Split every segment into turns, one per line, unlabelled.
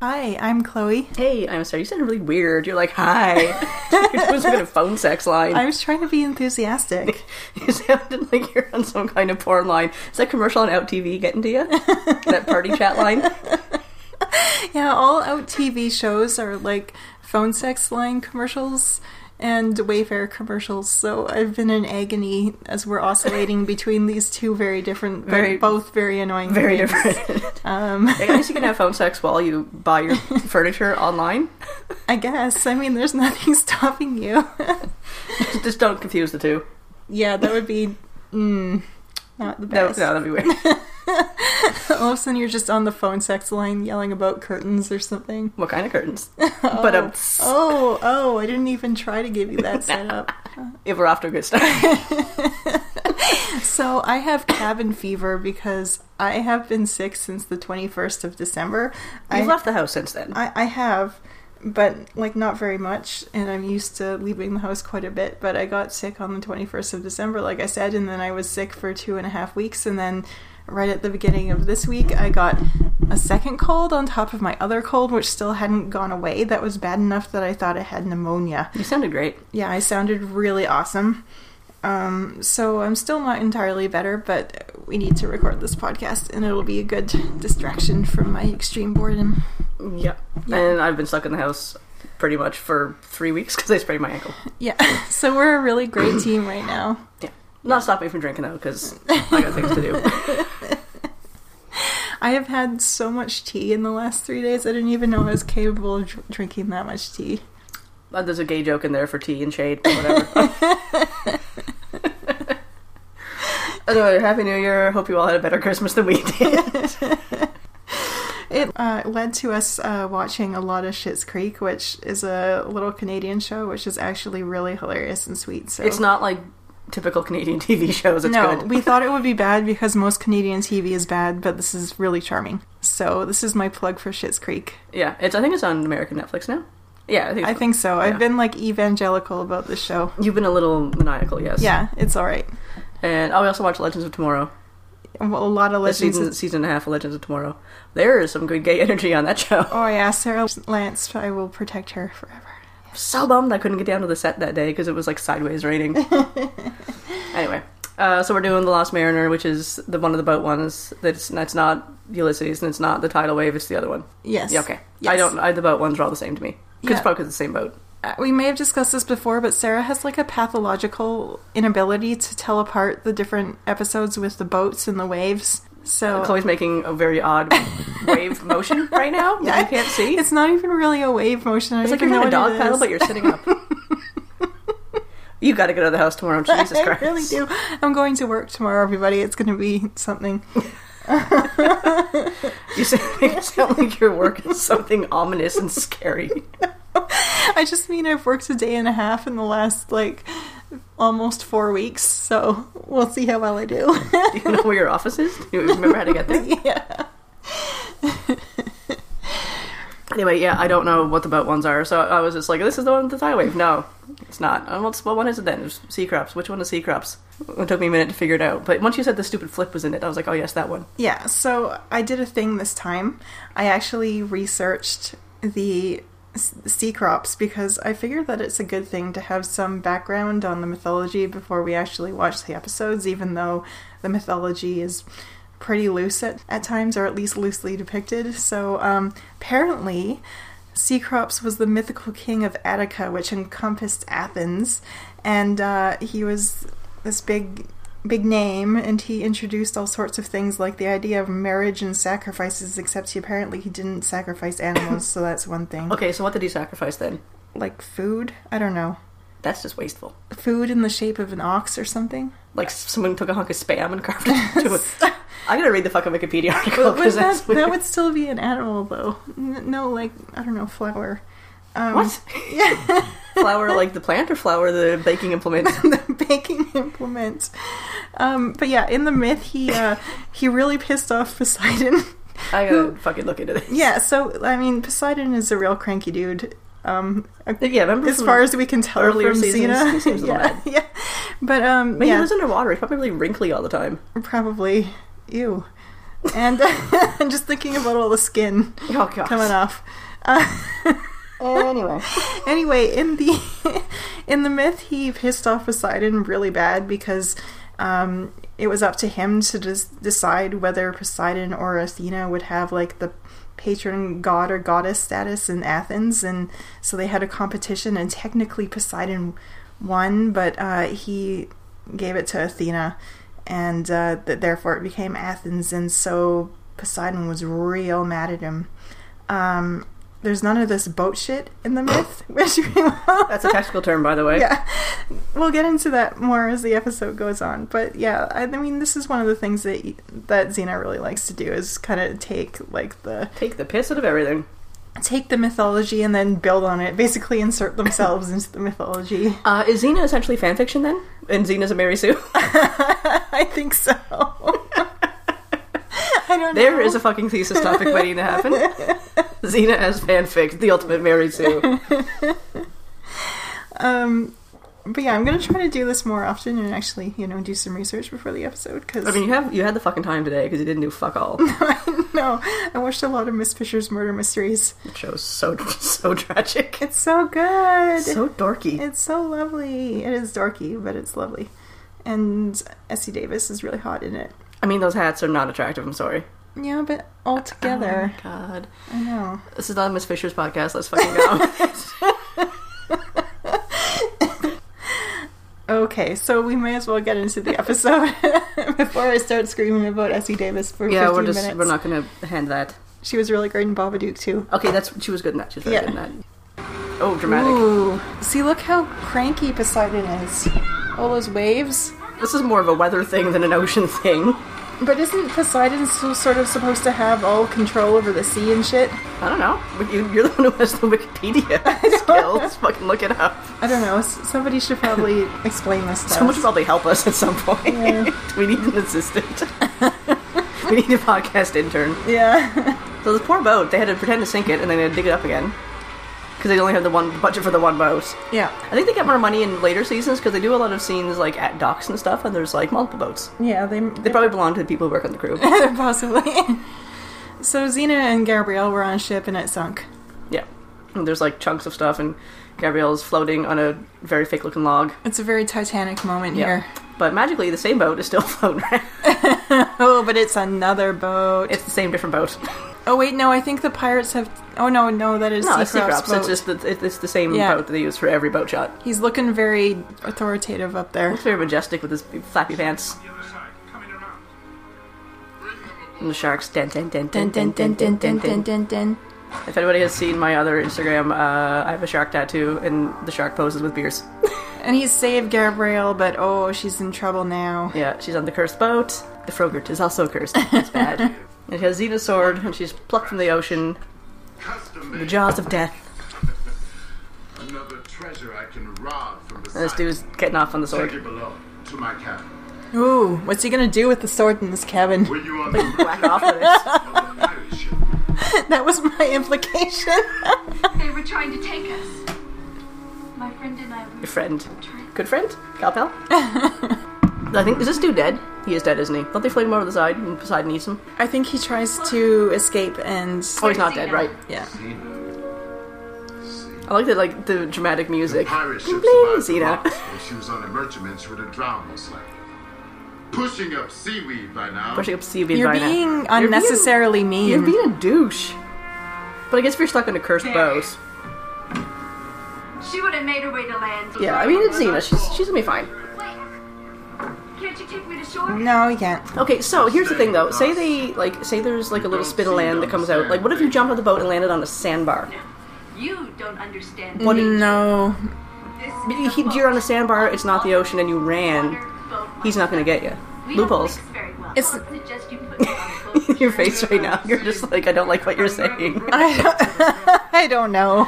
Hi, I'm Chloe.
Hey, I'm sorry. You sound really weird. You're like, hi. You're supposed to be on a phone sex line.
I was trying to be enthusiastic.
You sounded like you're on some kind of porn line. Is that commercial on Out TV getting to you? that party chat line?
yeah, all out TV shows are like phone sex line commercials and Wayfair commercials. So I've been in agony as we're oscillating between these two very different, but
Very-
both very annoying.
Very
things.
different.
Um,
I guess you can have phone sex while you buy your furniture online.
I guess. I mean, there's nothing stopping you.
Just don't confuse the two.
yeah, that would be mm, not the
No, no,
best.
that'd be weird.
All of a sudden, you're just on the phone sex line yelling about curtains or something.
What kind of curtains?
Oh,
But um,
oh, oh! I didn't even try to give you that setup.
if we're off to a good start,
so I have cabin fever because I have been sick since the twenty first of December. I, Uh,
you've left the house since then.
I I have, but like not very much, and I'm used to leaving the house quite a bit. But I got sick on the twenty first of December, like I said, and then I was sick for two and a half weeks, and then. Right at the beginning of this week, I got a second cold on top of my other cold, which still hadn't gone away. That was bad enough that I thought I had pneumonia.
You sounded great.
yeah, I sounded really awesome. Um, so I'm still not entirely better, but we need to record this podcast, and it'll be a good distraction from my extreme boredom.
Yep. And I've been stuck in the house pretty much for three weeks because I sprained my ankle.
Yeah, so we're a really great team right now.
Not stop me from drinking though, because I got things to do.
I have had so much tea in the last three days. I didn't even know I was capable of dr- drinking that much tea.
Uh, There's a gay joke in there for tea and shade, but whatever. anyway, happy New Year. Hope you all had a better Christmas than we did.
It uh, led to us uh, watching a lot of Schitt's Creek, which is a little Canadian show, which is actually really hilarious and sweet. So
It's not like typical Canadian TV shows. It's
no,
good.
we thought it would be bad because most Canadian TV is bad, but this is really charming. So this is my plug for Schitt's Creek.
Yeah, it's. I think it's on American Netflix now. Yeah, I think.
I
so.
think so. I've
Yeah.
been like evangelical about this show.
You've been a little maniacal, yes.
Yeah, it's all right.
And oh, we also watched Legends of Tomorrow.
Well, a lot of
The
legends.
season, season and a half of Legends of Tomorrow. There is some good gay energy on that show.
oh yeah, Sarah Lance. I will protect her forever.
So bummed I couldn't get down to the set that day because it was like sideways raining. anyway, uh, so we're doing The Lost Mariner, which is the one of the boat ones. That's that's not Ulysses and it's not the tidal wave. It's the other one.
Yes.
Yeah, okay. I
Yes.
don't. I, the boat ones are all the same to me. 'Cause It's
Yeah.
probably 'cause it's the same boat.
Uh, we may have discussed this before, but Sarah has like a pathological inability to tell apart the different episodes with the boats and the waves. So
Chloe's making a very odd wave motion right now. that you can't see.
it's not even really a wave motion. I
It's
don't
like you're
even
in a
know what
dog
it
paddle,
is.
but you're sitting up. you got to get out of the house tomorrow. Jesus
I
Christ!
really do. I'm going to work tomorrow, everybody. It's going to be something.
You sound, you sound like your work is something ominous and scary.
I just mean I've worked a day and a half in the last like almost four weeks, so we'll see how well I do.
Do you know where your office is? Do you remember how to get there?
yeah.
Anyway, yeah, I don't know what the boat ones are, so I was just like, "This is the one with the tidal wave." No, it's not. Oh, what's, what one is it then? It's sea crops. Which one is sea crops? It took me a minute to figure it out, but once you said the stupid flip was in it, I was like, "Oh yes, that one."
Yeah, so I did a thing this time. I actually researched the s- sea crops because I figured that it's a good thing to have some background on the mythology before we actually watch the episodes, even though the mythology is pretty loose at, at times, or at least loosely depicted. So um, apparently, Cecrops was the mythical king of Attica, which encompassed Athens, and uh, he was this big, big name, and he introduced all sorts of things like the idea of marriage and sacrifices. Except he apparently he didn't sacrifice animals, so that's one thing.
Okay, so what did he sacrifice then?
Like food, I don't know,
That's just wasteful.
food in the shape of an ox or something.
Like someone took a hunk of spam and carved it into a. I gotta read the fucking Wikipedia article
Would
because that's
that,
weird.
that would still be an animal though. N- No, like I don't know, flour. Um,
What? flour like the plant or flour the baking implement?
the baking implement. Um, but yeah, in the myth, he uh, he really pissed off Poseidon.
I gotta fucking look into this.
yeah, so I mean, Poseidon is a real cranky dude. Um,
Yeah, remember
as
from-
far as we can tell
earlier
from
seasons,
Xena.
he seems a little
yeah, yeah. But um,
But he
yeah,
lives underwater. He's probably really wrinkly all the time.
probably you. and I'm just thinking about all the skin
Oh god.
coming off. Uh,
Anyway.
anyway, in the in the myth, he pissed off Poseidon really bad because um, it was up to him to des- decide whether Poseidon or Athena would have like the patron god or goddess status in Athens, and so they had a competition, and technically Poseidon won, but uh, he gave it to Athena, and uh, th- therefore it became Athens, and so Poseidon was real mad at him. Um, there's none of this boat shit in the myth, which we will
That's a technical term, by the way.
yeah, we'll get into that more as the episode goes on. But yeah, I, I mean, this is one of the things that that Xena really likes to do is kind of take like the
Take the piss out of everything.
take the mythology and then build on it. Basically, insert themselves into the mythology.
Uh, is Xena essentially fanfiction then? And Xena's a Mary Sue?
I think so. I don't.
There
know.
is a fucking thesis topic waiting to happen. Xena as fanfic, the ultimate Mary Sue.
Um, but yeah, I'm gonna try to do this more often and actually, you know, do some research before the episode because
I mean, you have you had the fucking time today because you didn't do fuck all.
no, I watched a lot of Miss Fisher's murder mysteries.
That show's so so tragic,
It's so good.
so dorky.
It's so lovely. It is dorky, but it's lovely. And Essie Davis is really hot in it.
I mean, those hats are not attractive. I'm sorry.
Yeah, but all together.
Oh my god,
I know.
this is not Miss Fisher's podcast. Let's fucking go.
Okay, so we may as well get into the episode before I start screaming about Essie Davis for
yeah,
15
we're just
minutes.
we're not gonna hand that.
She was really great in Babadook too.
Okay, that's she was good in that. She was very
Yeah.
good in that. Oh, dramatic.
Ooh, see, look how cranky Poseidon is. All those waves.
This is more of a weather thing than an ocean thing.
But isn't Poseidon so, sort of supposed to have all control over the sea and shit?
I don't know. But you- You're the one who has the Wikipedia skills. Fucking look it up.
I don't know. s- Somebody should probably explain this stuff.
Someone should probably help us at some point.
Yeah.
we need an assistant. we need a podcast intern.
yeah.
So this poor boat, they had to pretend to sink it and then they had to dig it up again. Because they only had the one budget for the one boat.
Yeah.
I think they get more money in later seasons because they do a lot of scenes like at docks and stuff, and there's like multiple boats.
Yeah, they,
They probably belong to the people who work on the crew.
possibly. so Xena and Gabrielle were on a ship and it sunk.
yeah, and there's like chunks of stuff, and Gabrielle's floating on a very fake-looking log.
It's a very Titanic moment
Yeah.
here.
But magically, the same boat is still floating. around.
Oh, but it's another boat.
it's the same different boat.
oh wait, no, I think the pirates have. Oh no, no, that is
No,
Sea
it's sea
Croft's
crops.
boat.
It's just the, it, it's the same
Yeah.
boat that they use for every boat shot.
He's looking very authoritative up there.
Looks very majestic with his big flappy pants
The other side, coming around.
and the sharks. Dun, dun, dun, dun,
Dun
dun,
dun
dun, dun,
dun dun dun dun dun dun.
If anybody has seen my other Instagram, uh, I have a shark tattoo, and the shark poses with beers.
And he's saved Gabrielle, but oh, she's in trouble now.
Yeah, she's on the cursed boat. The Frogurt is also cursed. It's bad. and she has Xena's sword, and she's plucked from the ocean,
Custom
the
made.
jaws of death.
Another treasure I can rob from the
And this
site.
dude's getting off on the
Take
sword.
it below to my cabin.
Ooh, what's he gonna do with the sword in this cabin?
Were you on the
Whack off with it.
of the pirate ship?
that was my implication.
They were trying to take us. My friend and I were
Your friend.
trying.
Good friend? Gal pal? I think, is this dude dead? He is dead, isn't he? Don't they float him over the side and Poseidon eats him?
I think he tries to escape and
Oh, he's not dead, right?
yeah.
I like the, like, the dramatic music.
Pirate ship
Bling,
survived
Xena.
the rocks when she was on the merchantman's would have drowned most likely. Pushing up seaweed by now.
Pushing up seaweed
You're
by now.
being
You're
unnecessarily mean.
You're being, a douche. But I guess if you're stuck on a cursed boat.
She would have made her way to land.
Yeah, I mean, it's Xena. She's, she's gonna be fine.
Wait. Can't you take me to shore?
no, you can't.
Okay, so here's the thing though. Say they like say there's like a little spit of land that comes out. Like what if you jumped on the boat and landed on a sandbar?
You don't understand.
What do you-
No,
This
But
is
he-
a
You're on a
boat.
sandbar, it's not the ocean and you ran.
Modern boat
He's not gonna get you.
We don't
Loopholes.
mix very well.
It's-
I would suggest you put me on a boat.
Your face right now. You're just like I don't like what you're saying.
I don't know.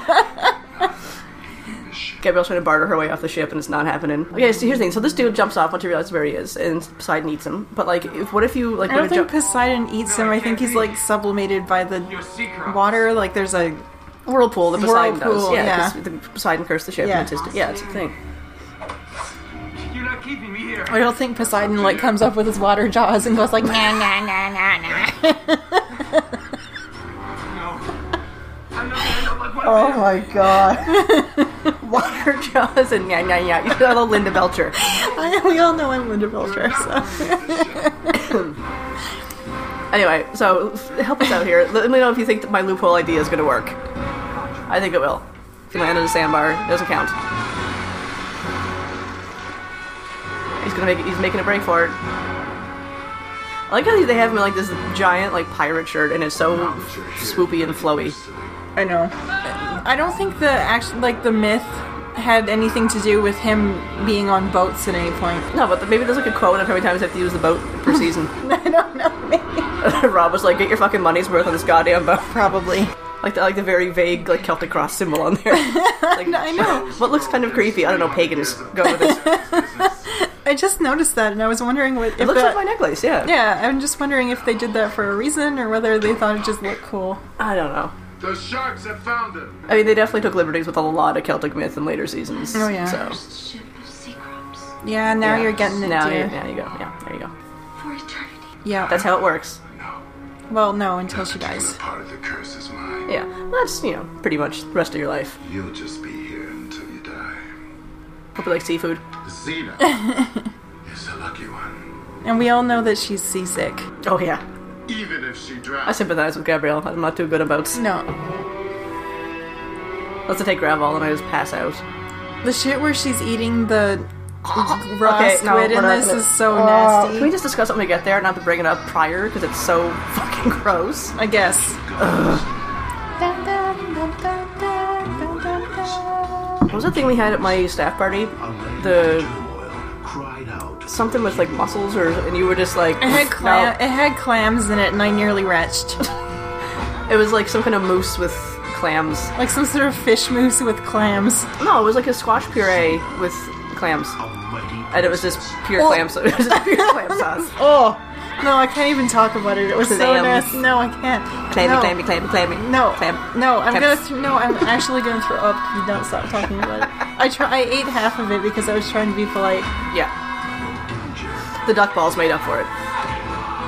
Gabrielle's trying to barter her way off the ship and it's not happening. Okay, so here's the thing. So this dude jumps off once he realizes where he is and Poseidon eats him. But like if, what if you like
I don't
would
think
jump
Poseidon eats him. I think he's like sublimated by the water. Like there's a
whirlpool that Poseidon
Whirlpool,
does? Yeah,
yeah.
'cause the Poseidon cursed the ship
Yeah.
and it's just yeah, it's a thing.
You're not
keeping me here.
I don't think Poseidon like comes up with his water jaws and goes like nah nah nah nah nah.
No. I'm not gonna end up like one
Oh
of them.
my god.
Water jaws and yeah, yeah, yeah. You know, Linda Belcher.
we all know I'm Linda Belcher, so.
Anyway, so f- help us out here. Let me know if you think that my loophole idea is going to work. I think it will. If you land on a sandbar, it doesn't count. He's gonna make. He's making a break for it. I like how they have him in like this giant like pirate shirt, and it's so swoopy and flowy.
I know. I don't think the actually like the myth had anything to do with him being on boats at any point.
No, but maybe there's like a quote of how many times you have to use the boat per season.
I don't know.
Rob was like, "Get your fucking money's worth on this goddamn boat."
Probably.
Like the, like the very vague like Celtic cross symbol on there. Like,
I know.
What looks kind of creepy. I don't know. Pagans go with this.
I just noticed that, and I was wondering what. If
It looks
that,
like my necklace, yeah.
yeah, I'm just wondering if they did that for a reason or whether they thought it just looked cool.
I don't know.
The sharks have found him.
I mean, they definitely took liberties with a lot of Celtic myth in later seasons.
Oh, yeah.
So
Ship of Seacrops
Yeah, now
yeah.
you're getting it.
Now,
dear.
you, now you go. Yeah, there you go.
for eternity.
Yeah.
That's how it works.
No.
well, no, until
That
she
particular
dies.
part of the curse is mine.
Yeah, that's you know pretty much the rest of your life.
You'll just be here until you die.
Hope you like seafood.
Xena is a lucky one.
And we all know that she's seasick.
Oh yeah,
Even if she
I
drowns,
sympathize with Gabrielle. I'm not too good on boats.
No,
Let's take gravel and I just pass out.
the shit where she's eating the raw
Okay,
squid
no, we're
in
not
this
gonna-
is so
Can we
nasty.
just discuss it when we get there, not to bring it up prior because it's so fucking gross.
I guess.
What was the thing we had at my staff party? The
cried out.
something with like mussels or and you were just like
It had,
"No."
clam- it had clams in it, and I nearly retched.
It was like some kind of mousse with clams.
like some sort of fish mousse with clams.
No, it was like a squash puree with clams. And it was just pure clam sauce. It was just pure clam sauce.
Oh no, I can't even talk about it. It was so
Clams.
nasty. No, I can't.
Clammy,
no.
clammy, clammy, clammy.
No,
Clam.
no, I'm
Clams.
gonna, th- no, I'm actually gonna throw up. if You don't stop talking about it. I try. I ate half of it because I was trying to be polite.
Yeah. The duck balls made up for it.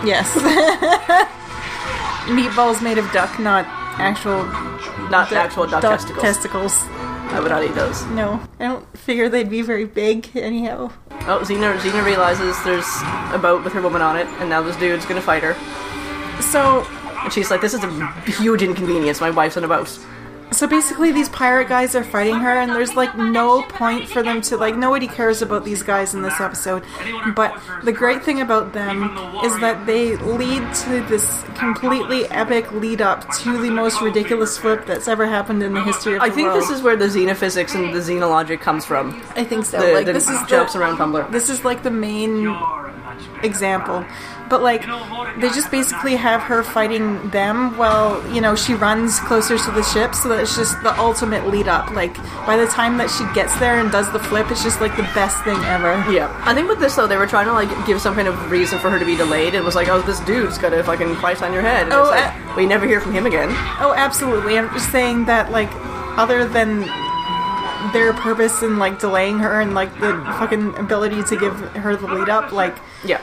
Yes. Meatballs made of duck, not actual
Not the actual duck,
duck
testicles.
testicles.
I would not eat those.
No, I don't figure they'd be very big anyhow.
Oh, Xena, Xena realizes there's a boat with her woman on it, and now this dude's gonna fight her.
So
And she's like, this is a huge inconvenience. My wife's on a boat.
So basically, these pirate guys are fighting her, and there's like no point for them to like. Nobody cares about these guys in this episode. But the great thing about them is that they lead to this completely epic lead up to the most ridiculous flip that's ever happened in the history of the
I think
world.
this is where the Xena physics and the Xena logic comes from.
I think so.
The,
Oh, like
the
this is
jokes
the,
around Tumblr.
This is like the main
You're a much better
example.
guy.
But like they just basically have her fighting them while, you know, she runs closer to the ship, so that it's just the ultimate lead up. Like by the time that she gets there and does the flip, it's just like the best thing ever.
Yeah, I think with this though, they were trying to like give some kind of reason for her to be delayed. It was like, oh, this dude's got a fucking price on your head. And
Oh,
it's like,
uh,
we never hear from him again.
Oh, absolutely. I'm just saying that like other than their purpose in like delaying her and like the fucking ability to give her the lead up, like
Yeah,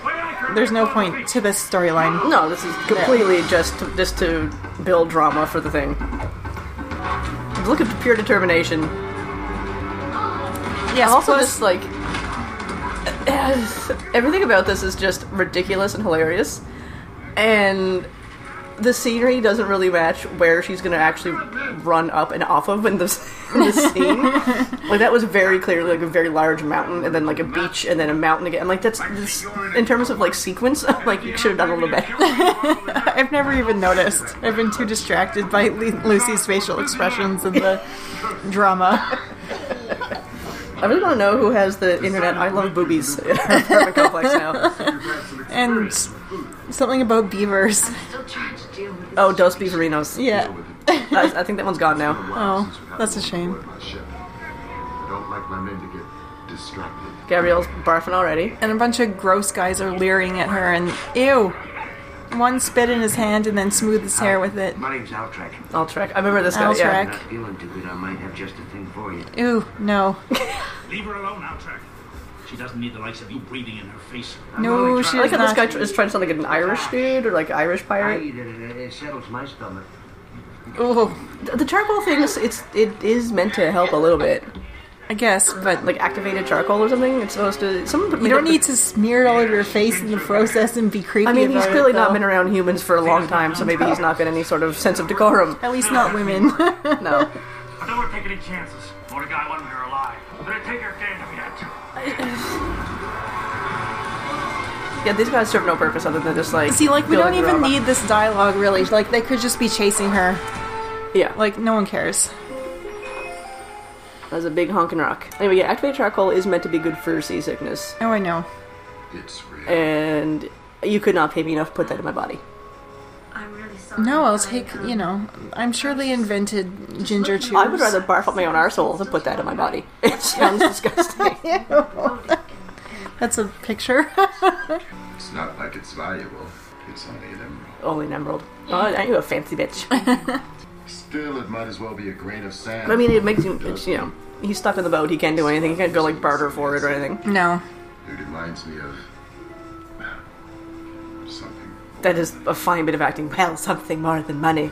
there's no point to this storyline.
no, this is completely just to, just to build drama for the thing. Look at pure determination.
Yes,
Also,
plus-
just like everything about this is just ridiculous and hilarious, and the scenery doesn't really match where she's gonna actually run up and off of in this, in this scene. like that was very clearly like a very large mountain, and then like a beach, and then a mountain again. Like that's, that's in terms of like sequence. I'm like you should have done a little better.
I've never even noticed. I've been too distracted by Lu- Lucy's facial expressions and the drama.
I really want to know who has the internet. I love boobies in our apartment complex now.
And something about beavers.
Still trying to deal with
Oh, Dos Beaverinos.
Yeah.
I, I think that one's gone now.
Oh, that's a shame.
my ship. I don't like my men to get distracted.
Gabrielle's barfing already.
And a bunch of gross guys are leering at her and ew. One spit in his hand and then smooth his hair with it.
My name's Altrek.
I'll track. I remember this guy.
I'll
yeah.
track.
I'm not feeling too good. I might have just a thing for you.
Ew, no.
Leave her alone, Outtrack. She doesn't need the likes of you breathing in her face.
No, she
I like how this
not.
guy tr- is trying to sound like an Irish dude or like Irish
I
pirate.
eat it, it, it settles my stomach.
Oh, the charcoal thing is it's it is meant to help a little bit,
I guess,
but like activated charcoal or something. It's supposed to. Some
You don't need to smear it all over your face in the process and be creepy.
I mean, he's
about it,
clearly not
though.
been around humans for a long time, so maybe he's not got any sort of sense of decorum.
At least not women.
No.
I thought we were taking any chances. What a guy wanted her alive. But I'd take her dead if we had to.
Yeah, these guys serve no purpose other than just like.
See, like we don't
building
even
drama.
need this dialogue really. Like they could just be chasing her.
Yeah, like
Like no one cares.
that's a big honking rock. Anyway, yeah, activated charcoal is meant to be good for seasickness,
Oh, I know.
It's real.
Eh. and you could not pay me enough to put that in my body.
I'm really sorry.
No, I'll
but,
take.
um,
You know, I'm sure they invented ginger chews.
I would rather barf up my own arsehole than put that in my body. It sounds disgusting.
That's a picture.
It's not like it's valuable. It's only an emerald.
Only an emerald. Oh, aren't you a fancy bitch?
Still, it might as well be a grain of sand.
I mean, it makes him, it's, you know, he's stuck in the boat. He can't do anything. He can't go, like, barter for it or anything.
no,
It reminds me of something.
That is a fine bit of acting. Well, something more than money.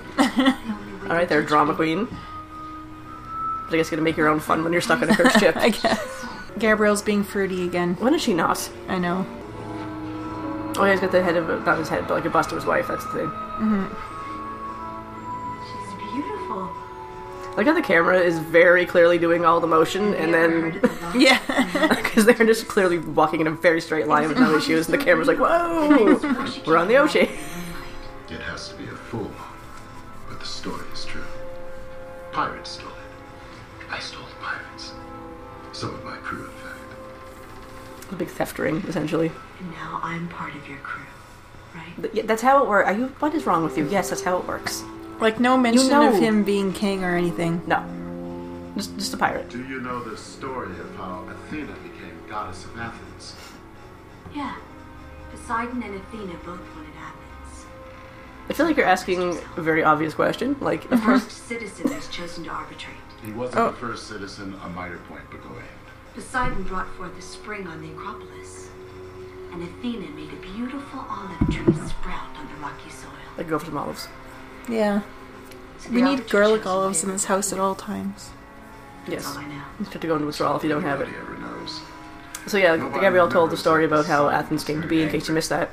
All right, there, drama queen. But I guess you gotta make your own fun when you're stuck in a cursed ship.
I guess. Gabrielle's being fruity again.
When is she not?
I know.
Oh, yeah, he's got the head of, a, not his head, but like a bust of his wife. That's the thing.
She's beautiful.
Like how the camera is very clearly doing all the motion, and then
Yeah.
because they're just clearly walking in a very straight line with no issues, and the camera's like, "Whoa, we're on the ocean."
It has to be a fool. But the story is true. Pirates stole it. I stole the pirates. Some of my crew, in fact.
The big theft ring, essentially.
Now I'm part of your crew, right?
But yeah, that's how it works. Are you? What is wrong with you? Yes, that's how it works.
like no mention
know.
of him being king or anything.
No, just just a pirate.
Do you know the story of how Athena became goddess of Athens?
Yeah. Poseidon and Athena both wanted Athens.
I feel like you're asking a very obvious question. Like, of course,
First citizen has chosen to arbitrate.
He wasn't
Oh.
the first citizen of Mitre Point, but go ahead.
Poseidon brought forth a spring on the Acropolis, and Athena made a beautiful olive tree sprout on the rocky soil.
like go for some olives.
Yeah.
So
We
the
need
arbitration
garlic
is
olives in
favored.
this house at all times.
Yes,
I know.
you have to go into withdrawal if you don't have it.
Nobody ever knows.
So yeah, Gabrielle told the story about how Athens came to be. In case you missed that,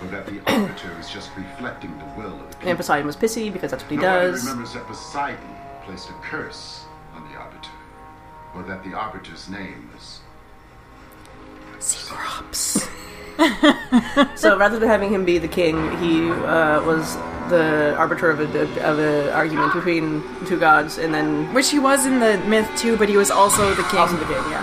Or that the arbiter was just reflecting the will of the people.
and Poseidon was pissy because that's what he
Nobody
does.
remembers that Poseidon placed a curse on the arbiter, or that the arbiter's name was
Crops.
So rather than having him be the king, he uh, was the arbiter of a of an argument between two gods, and then
Which he was in the myth too, but he was also the king.
also the king. Yeah.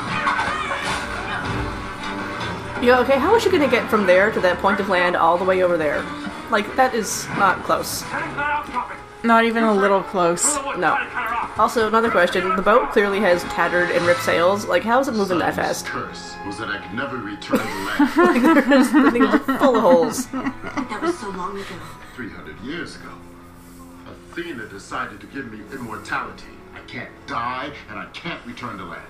Yeah. Okay. How was she gonna get from there to that point of land all the way over there? Like that is not close.
Cutting that out, puppet.
Not even a little close.
Pull the wood,
No.
try to cut her off.
Oh.
Also, another question: the boat clearly has tattered and ripped sails. Like, how is it moving that
Poseidon's
fast?
curse was that I could never return the land
The thing is full of holes.
But that was so long ago.
300 years ago. Athena decided to give me immortality. I can't die, and I can't return to land.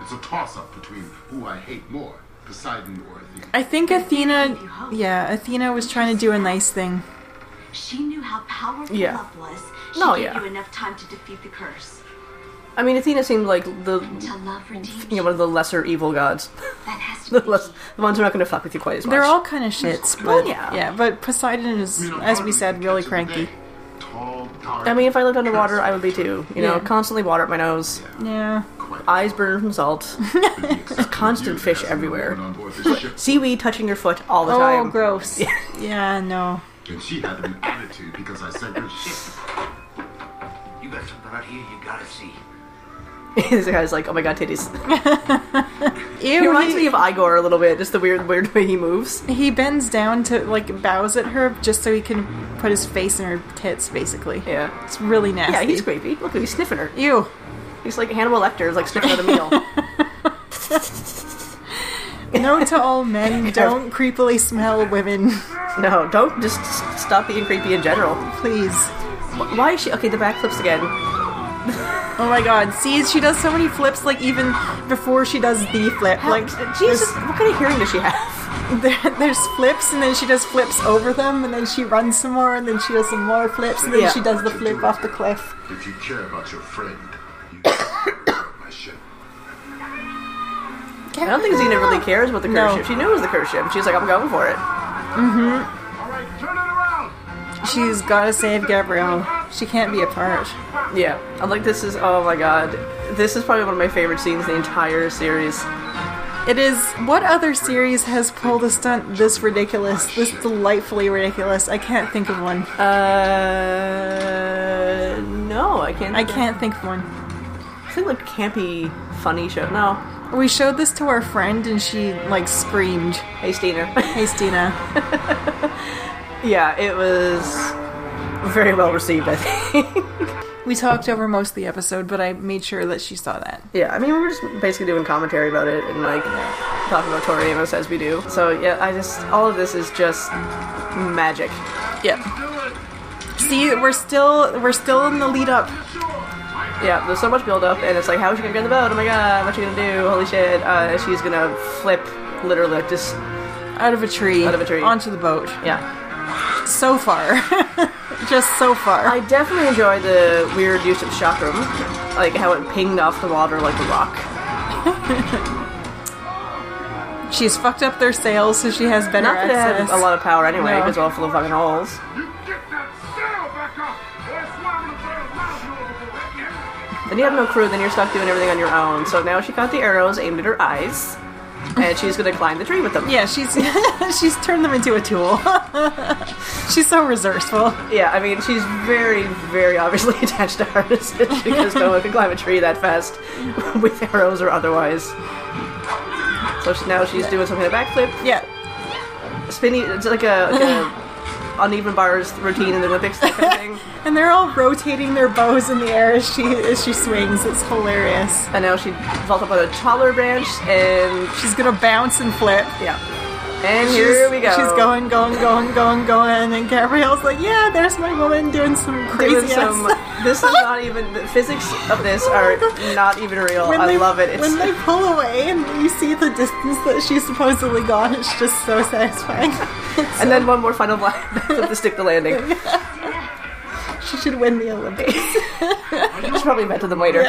It's a toss up between who I hate more, Poseidon or Athena.
I think Athena. Yeah, Athena was trying to do a nice thing.
She knew how powerful
Yeah.
love was. She
No,
gave
yeah.
you enough time to defeat the curse.
I mean, Athena seemed like the
To love redeems
you know
you.
one of the lesser evil gods,
That has to
the,
be.
less, the ones who are not going to fuck with you quite as much.
They're all kind of shits, but
Well, yeah.
but Poseidon is,
You know,
as we
hardly
said,
can
really
catch a
cranky.
day. Tall, dark,
I mean, if I lived underwater, I would be too. You know,
Yeah.
constantly water up my nose,
Yeah,
quite
eyes burning from salt, constant fish everywhere.
On board this ship,
seaweed touching your foot all the
Oh,
time.
gross. yeah, no.
and she had an attitude because I sent her shit.
You got something out here you gotta see.
this guy's like, oh my god, titties.
Ew,
He reminds
he-
me of Igor a little bit, just the weird, weird way he moves.
He bends down to like bows at her just so he can put his face in her tits, basically.
Yeah,
It's really nasty.
yeah, he's creepy. Look, he's sniffing her.
Ew.
He's like Hannibal Lecter, is like sniffing at a meal.
No to all men. Don't creepily smell women,
no, don't just s- stop being creepy in general.
please.
Why is she okay? The backflips again.
Oh my god. See, she does so many flips, like, even before she does the flip. like,
Jesus, what kind of hearing does she have?
There, there's flips, and then she does flips over them, and then she runs some more, and then she does some more flips, and then
Yeah.
she does the flip off the cliff.
If you care about your friend, you care about my ship.
I don't think Xena really cares about the curse
No.
ship. She knew it was the curse ship. She's like, I'm going for it.
All right, turn it around.
She's gotta save Gabrielle. She can't be apart.
Yeah, I'm like, this is, oh my god. This is probably one of my favorite scenes in the entire series.
It is. What other series has pulled a stunt this ridiculous, this delightfully ridiculous? I can't think of one.
Uh, no, I can't.
I can't think of one.
I think like campy, funny show. No,
We showed this to our friend and she like screamed,
hey, Steiner.
"Hey, Stina!"
yeah, it was very well received. I think.
We talked over most of the episode, but I made sure that she saw that.
yeah, I mean, we were just basically doing commentary about it and like talking about Tori Amos as we do. So yeah, I just all of this is just magic.
Yep.
Do it.
See, we're still we're still in the lead up.
Yeah, there's so much build up, and it's like, how is she gonna get in the boat? Oh my god, what's she gonna do? Holy shit! Uh, she's gonna flip, literally, like, just
Out of a tree.
Out of a tree.
Onto the boat.
yeah.
So far. Just so far.
I definitely enjoyed the weird use of chakram, like how it pinged off the water like a rock.
She's fucked up their sails so she has better
Not that it
access.
had a lot of power anyway,
No.
because all full of fucking holes.
You get that sail back up. Or swam the third mouth you over the
Then you have no crew, then you're stuck doing everything on your own. So now she got the arrows aimed at her eyes, and she's gonna climb the tree with them.
yeah, she's she's turned them into a tool. she's so resourceful.
Yeah, I mean, she's very, very obviously attached to her decision because no one can climb a tree that fast with arrows or otherwise. So she, now she's doing some kind of backflip,
Yeah.
spinny, it's like a, like a uneven bars routine in the Olympics that kind of thing.
And they're all rotating their bows in the air as she as she swings. It's hilarious.
And now she vaults up on a taller branch, and
She's gonna bounce and flip.
yeah. And here
She's-
we go.
She's going, going, going, going, going, and Gabrielle's like, "Yeah, there's my woman doing some crazy
Doing some,
ass."
this is not even the physics of this are not even real. I
they,
love it. It's
Oh when they pull away and you see the distance that she's supposedly gone, it's just so satisfying.
and then one more final line to stick the landing.
she should win the Olympics.
She probably invented them later.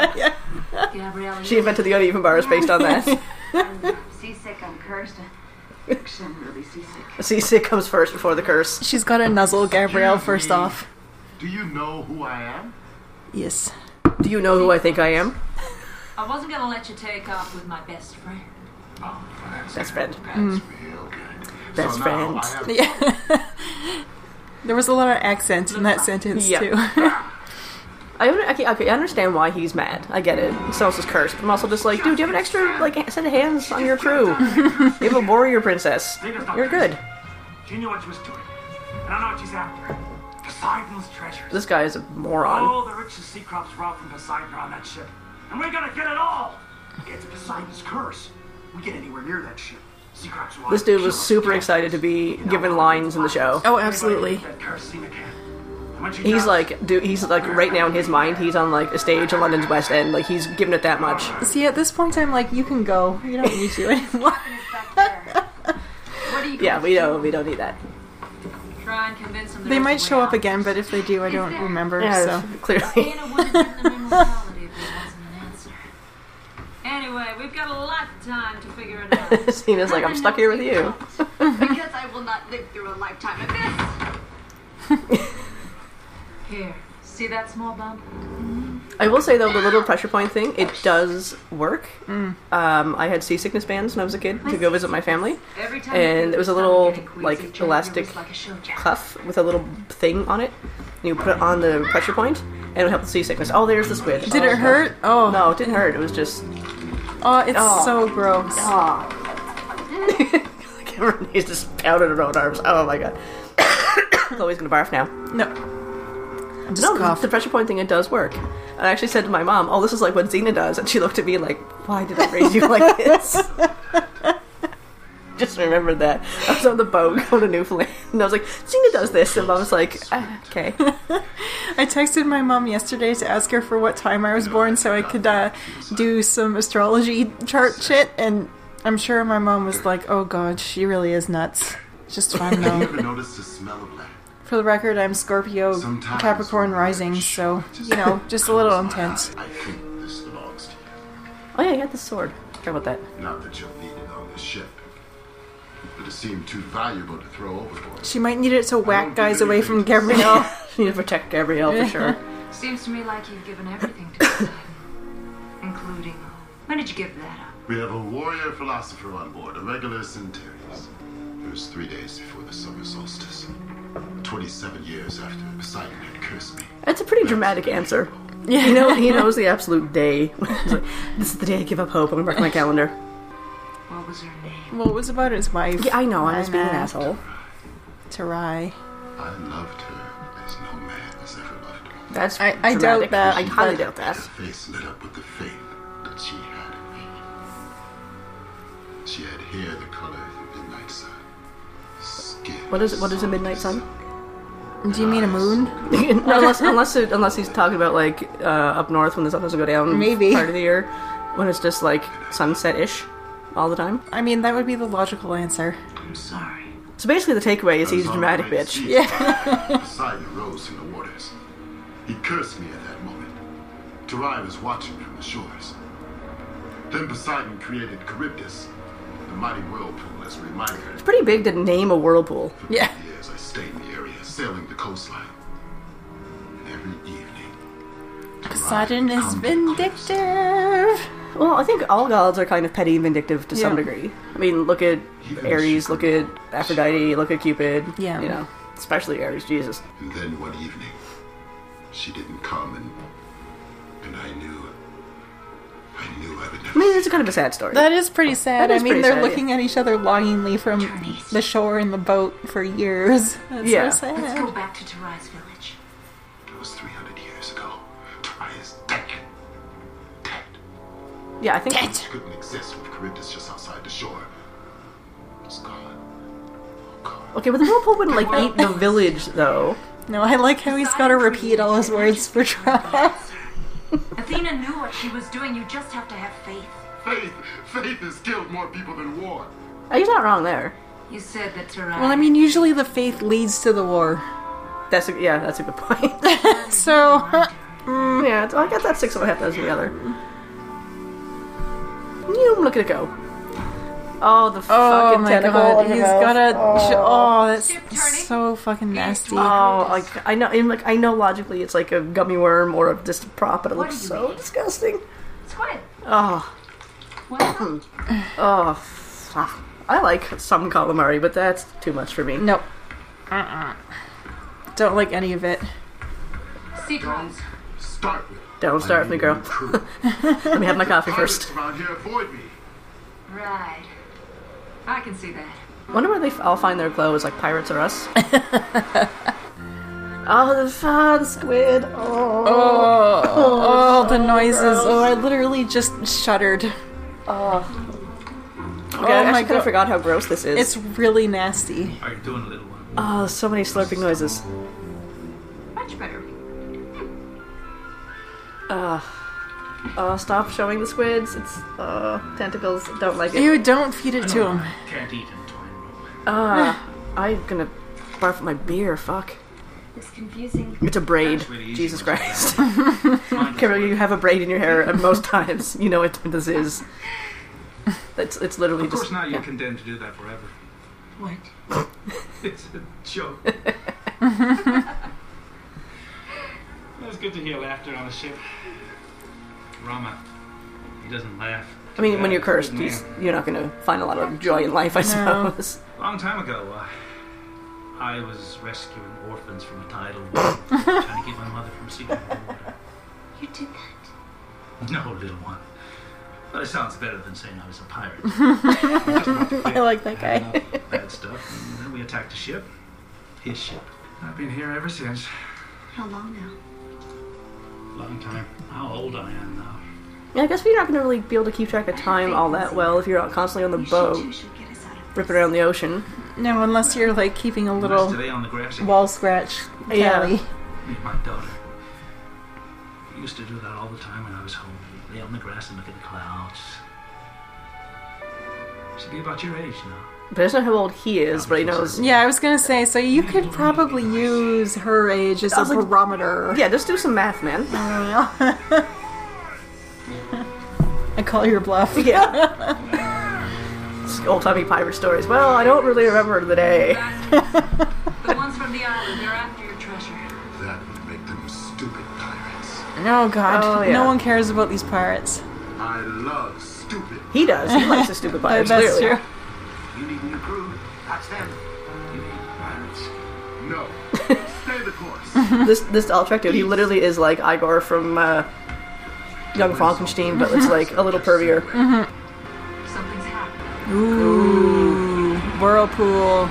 Gabrielle,
She invented the uneven bars based on that.
seasick, I'm cursed. Actually, I'm really seasick.
Seasick comes first before the curse.
She's gotta nuzzle Gabrielle first off.
Do you know who I am?
Yes.
Do you know who I think I am?
I wasn't gonna let you take off with my best friend.
Oh, that's,
Best friend.
that's
Mm.
real good.
Best
so
friend.
Now I have
Yeah. there was a lot of accent in that sentence
Yeah.
too.
I under- okay, okay, I understand why he's mad. I get it. Someone is cursed. But I'm also just like, dude, you have an extra like set of hands on your crew. You have a warrior princess. You're good.
She knew what she was doing. And I know what she's after. Poseidon's treasures.
This guy is a moron.
All the riches sea crops robbed from Poseidon are on that ship. And we're gonna get it all! It's Poseidon's curse. We get anywhere near that ship. Sea crops will
This dude was
kill us.
super excited to be given lines in the show.
Oh, absolutely.
That curse scene again. And when she
He's
does,
like, dude, he's like right now in his mind, he's on like a stage in London's West End. Like he's giving it that much.
See, at this point, I'm like, you can go. You don't need you anymore.
Back there. What are you
Yeah, we don't we don't need that.
try and convince them?
they might show up again, but if they do, I don't remember.
Yeah,
So
clearly.
Dana would have given them immortality if there wasn't an answer. Anyway, we've got a lot of time to figure it out.
Cena's like, I'm stuck here with you.
Because I will not live through a lifetime of this.
Here, see that small bump?
I will say though, the little pressure point thing, it does work.
Mm.
Um, I had seasickness bands when I was a kid to go visit my family.
Every time.
And it was a little like elastic
Like a show jack.
cuff with a little thing on it. And you put it on the pressure point, and it would help with seasickness. Oh, there's the squid.
did
Oh,
it hurt? Oh,
No, it didn't hurt. It was just
Oh, it's
Oh.
so gross.
Cameron needs to spout in her own arms. Oh my god. Chloe's gonna barf now.
No. Just
No,
cough.
the pressure point thing, it does work. And I actually said to my mom, oh, this is like what Xena does. And she looked at me like, why did I raise you like this? Just just remembered that. I was on the boat going to Newfoundland, and I was like, Gina does this, and Mom's like, ah, okay.
I texted my mom yesterday to ask her for what time I was born so I could uh, do some astrology chart shit, and I'm sure my mom was like, oh god, she really is nuts. Just fun
Have you
though.
ever noticed the smell of land?
For the record, I'm Scorpio
Sometimes
Capricorn
when
rising,
I
so,
just
you know, just a little
close my
intense.
eye, I think this belongs to you.
Oh yeah, you got the sword. Forgot about that.
Not that you'll need it on this ship, but it seemed too valuable to throw overboard.
She might need it to whack
don't
guys
do
away from
anything.
Gabrielle.
Oh, You need to protect Gabrielle for sure.
Seems to me like you've given everything to Poseidon, including hope. When did you give that up?
We have a warrior philosopher on board, a regular Centurius. It was three days before the summer solstice. Twenty-seven years after Poseidon had cursed me.
That's a pretty dramatic answer. Yeah, you know, he knows the absolute day. He's like, this is the day I give up hope. I'm gonna mark my calendar.
What was her name?
well, it was about his wife.
Yeah, I know. I was being an
know.
asshole.
Tarai.
I loved her as no man has ever loved her.
That's
I- I doubt
dramatic.
that,
I highly
but-
doubt that.
Her face lit up with the faith that she had in me. She had hair the color of the midnight sun. Skin.
What is it? What is a midnight sun?
Do you mean a moon?
no, unless unless it, unless he's talking about like uh, up north when the sun doesn't go down.
Maybe.
part of the year when it's just like sunset ish all the time.
I mean, that would be the logical answer.
I'm sorry.
So basically, the takeaway is he's a
As on
dramatic
the great
bitch.
sea, Poseidon rose from the waters. He cursed me at that moment. Terai was watching from the shores. Then Poseidon created Charybdis, the mighty whirlpool as a reminder.
Pretty big to name a whirlpool.
Yeah.
Years I stayed in the area, sailing the coastline. And every evening, Terai
Poseidon
would
is
come to the cliffs.
vindictive.
Well, I think all gods are kind of petty and vindictive to some
Yeah.
degree. I mean, look at
Even
Ares,
she-
look at Aphrodite, look at Cupid.
Yeah.
you know, especially Ares. Jesus,
And then one evening, she didn't come, and and I knew, I knew I would never.
I mean, it's kind of a sad story.
That is pretty sad.
That is
I mean,
pretty
they're
sad,
looking at each other longingly from
Journeys.
the shore in the boat for years. That's
Yeah.
so
Let's
sad.
go back to Tarai's village.
That was 300 years ago. Terai is dead. Dead.
yeah, I think
couldn't exist with Charybdis just outside the shore. It's gone. Oh, God.
Okay, but the whirlpool wouldn't like eat the village though.
No, I like how he's got to repeat all his words for Try.
Athena knew what she was doing. You just have to have faith.
Faith, faith has killed more people than war.
Oh, He's not wrong there.
You said that Tarai.
Well, I mean, usually the faith leads to the war.
That's a, yeah, that's a good point.
So, huh,
yeah, it's- I got that six and a half dozen together. You look at it go. Oh, the
oh
fucking
my
tentacle.
god,
in her
he's
mouth.
got a. Oh,
Ship
that's
turning.
so fucking nasty.
Oh, like I know, and like I know logically, it's like a gummy worm or a, just a prop, but it
What
looks
do you
so
mean?
disgusting.
Squid.
Oh,
Well,
oh, fuck. I like some calamari, but that's too much for me.
Nope. Uh-uh. Don't like any of it.
sea prawns.
Start with.
Don't start with me, girl. Let me have my coffee first.
around here avoid me.
Right. I can see that.
Wonder where they f- all find their clothes, like pirates or us. oh, the fun squid. Oh,
Oh, oh, the noises. Oh, I literally just shuddered.
okay, I
oh my
actually kind
God.
of forgot how gross this is.
It's really nasty.
Are you doing a little one?
oh, so many slurping noises.
Much better.
Oh, stop showing the squids. It's uh, tentacles. Don't like it.
You don't feed it to him.
Can't eat entwined rope.
Uh, I'm gonna barf my beer. Fuck.
It's confusing.
It's a braid.
really easy
Jesus
once you
Christ.
Mine is
Kimberly, you have a braid in your hair at most times. You know what this is. It's it's literally
Of course
just.
not, you're condemned to do that forever.
What?
It's a joke. it was good to hear laughter on the ship. Rama, he doesn't laugh.
I mean, when
Yeah,
you're cursed,
good
he's,
man.
you're not gonna find a lot of joy in life, I suppose.
Long time ago, uh, I was rescuing orphans from a tidal wave, trying to get my mother from sinking in the water.
You did that.
No, little one. But it sounds better than saying I was a pirate.
I like that
Had
guy.
enough Bad stuff. And then we attacked a ship. His ship. I've been here ever since.
How long now?
Long time. How old I am now.
Yeah, I guess we're not gonna really be able to keep track of time all that well if you're not constantly on the
You should
boat.
too. She'll get us out of
rip it around the ocean.
No, unless you're like keeping a
Nice
little
today on the grass. again.
wall scratch
Yeah.
tally.
Meet my daughter. We used to do that all the time when I was home. Lay on the grass and look at the clouds. She'd be about your age now.
But I don't know how old he is, but he knows.
Yeah, I was gonna say. So you could probably use her age as
I
a
was like-
barometer.
Yeah, just do some math, man.
I call your bluff.
Yeah. Old timey pirate stories. Well, I don't really remember the day.
The ones from the island, they're after your treasure.
That would make them stupid pirates.
Oh God,
Oh, yeah.
no one cares about these pirates.
I love stupid.
He does. He likes the stupid
But
pirates.
that's
clearly.
true.
You need a new crew. That's them. You need pirates.
No. Stay the course.
This this Altrak dude, he literally is like Igor from uh, Young Frankenstein, but it's like a little pervier.
Something's happened.
Ooh, whirlpool.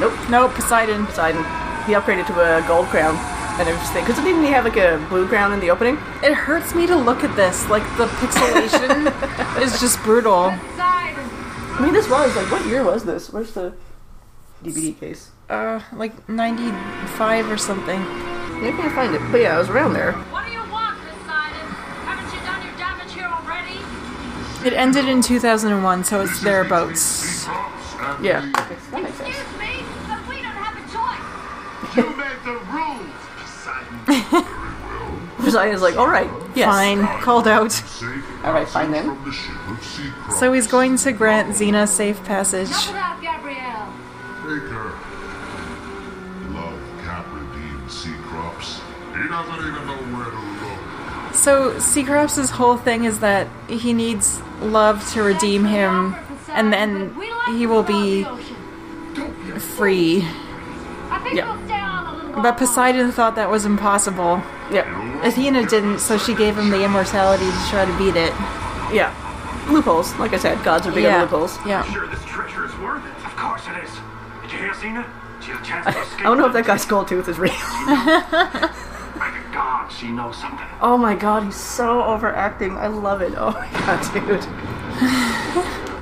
Nope.
Nope, Poseidon.
Poseidon. He upgraded to a gold crown and everything. Because didn't he have like a blue crown in the opening?
It hurts me to look at this. Like the pixelation is just brutal.
I mean, this was like what year was this? Where's the DVD case?
Uh, like ninety-five or something.
I can't find it. But yeah, it was around there.
What do you want, Poseidon? Haven't you done your damage here already?
It ended in two thousand and one, so it's thereabouts.
Yeah, that makes sense.
Excuse me, but we don't have a choice.
you make the rules, Poseidon.
Poseidon's like, all right, yes.
Fine, called out.
All right, fine then.
From the ship of Seacroft.
So he's going to grant Xena safe passage.
Shut up, Gabrielle.
Take her. Love can't redeem Seacrops. He doesn't even know where to look.
So Seacrops' whole thing is that he needs love to redeem him, and then he will be free.
Yeah,
But Poseidon thought that was impossible.
yeah,
Athena didn't, so she gave him the immortality to try to beat it.
yeah. Loopholes, like I said, gods are big on loopholes.
yeah.
Sure, this treasure is worth it. Of course it is. Did you hear, Cena? She had a chance to escape.
I
Oh.
don't know if that guy's gold tooth is real.
Like a god, she knows something.
Oh my god, he's so overacting. I love it. Oh my god, dude.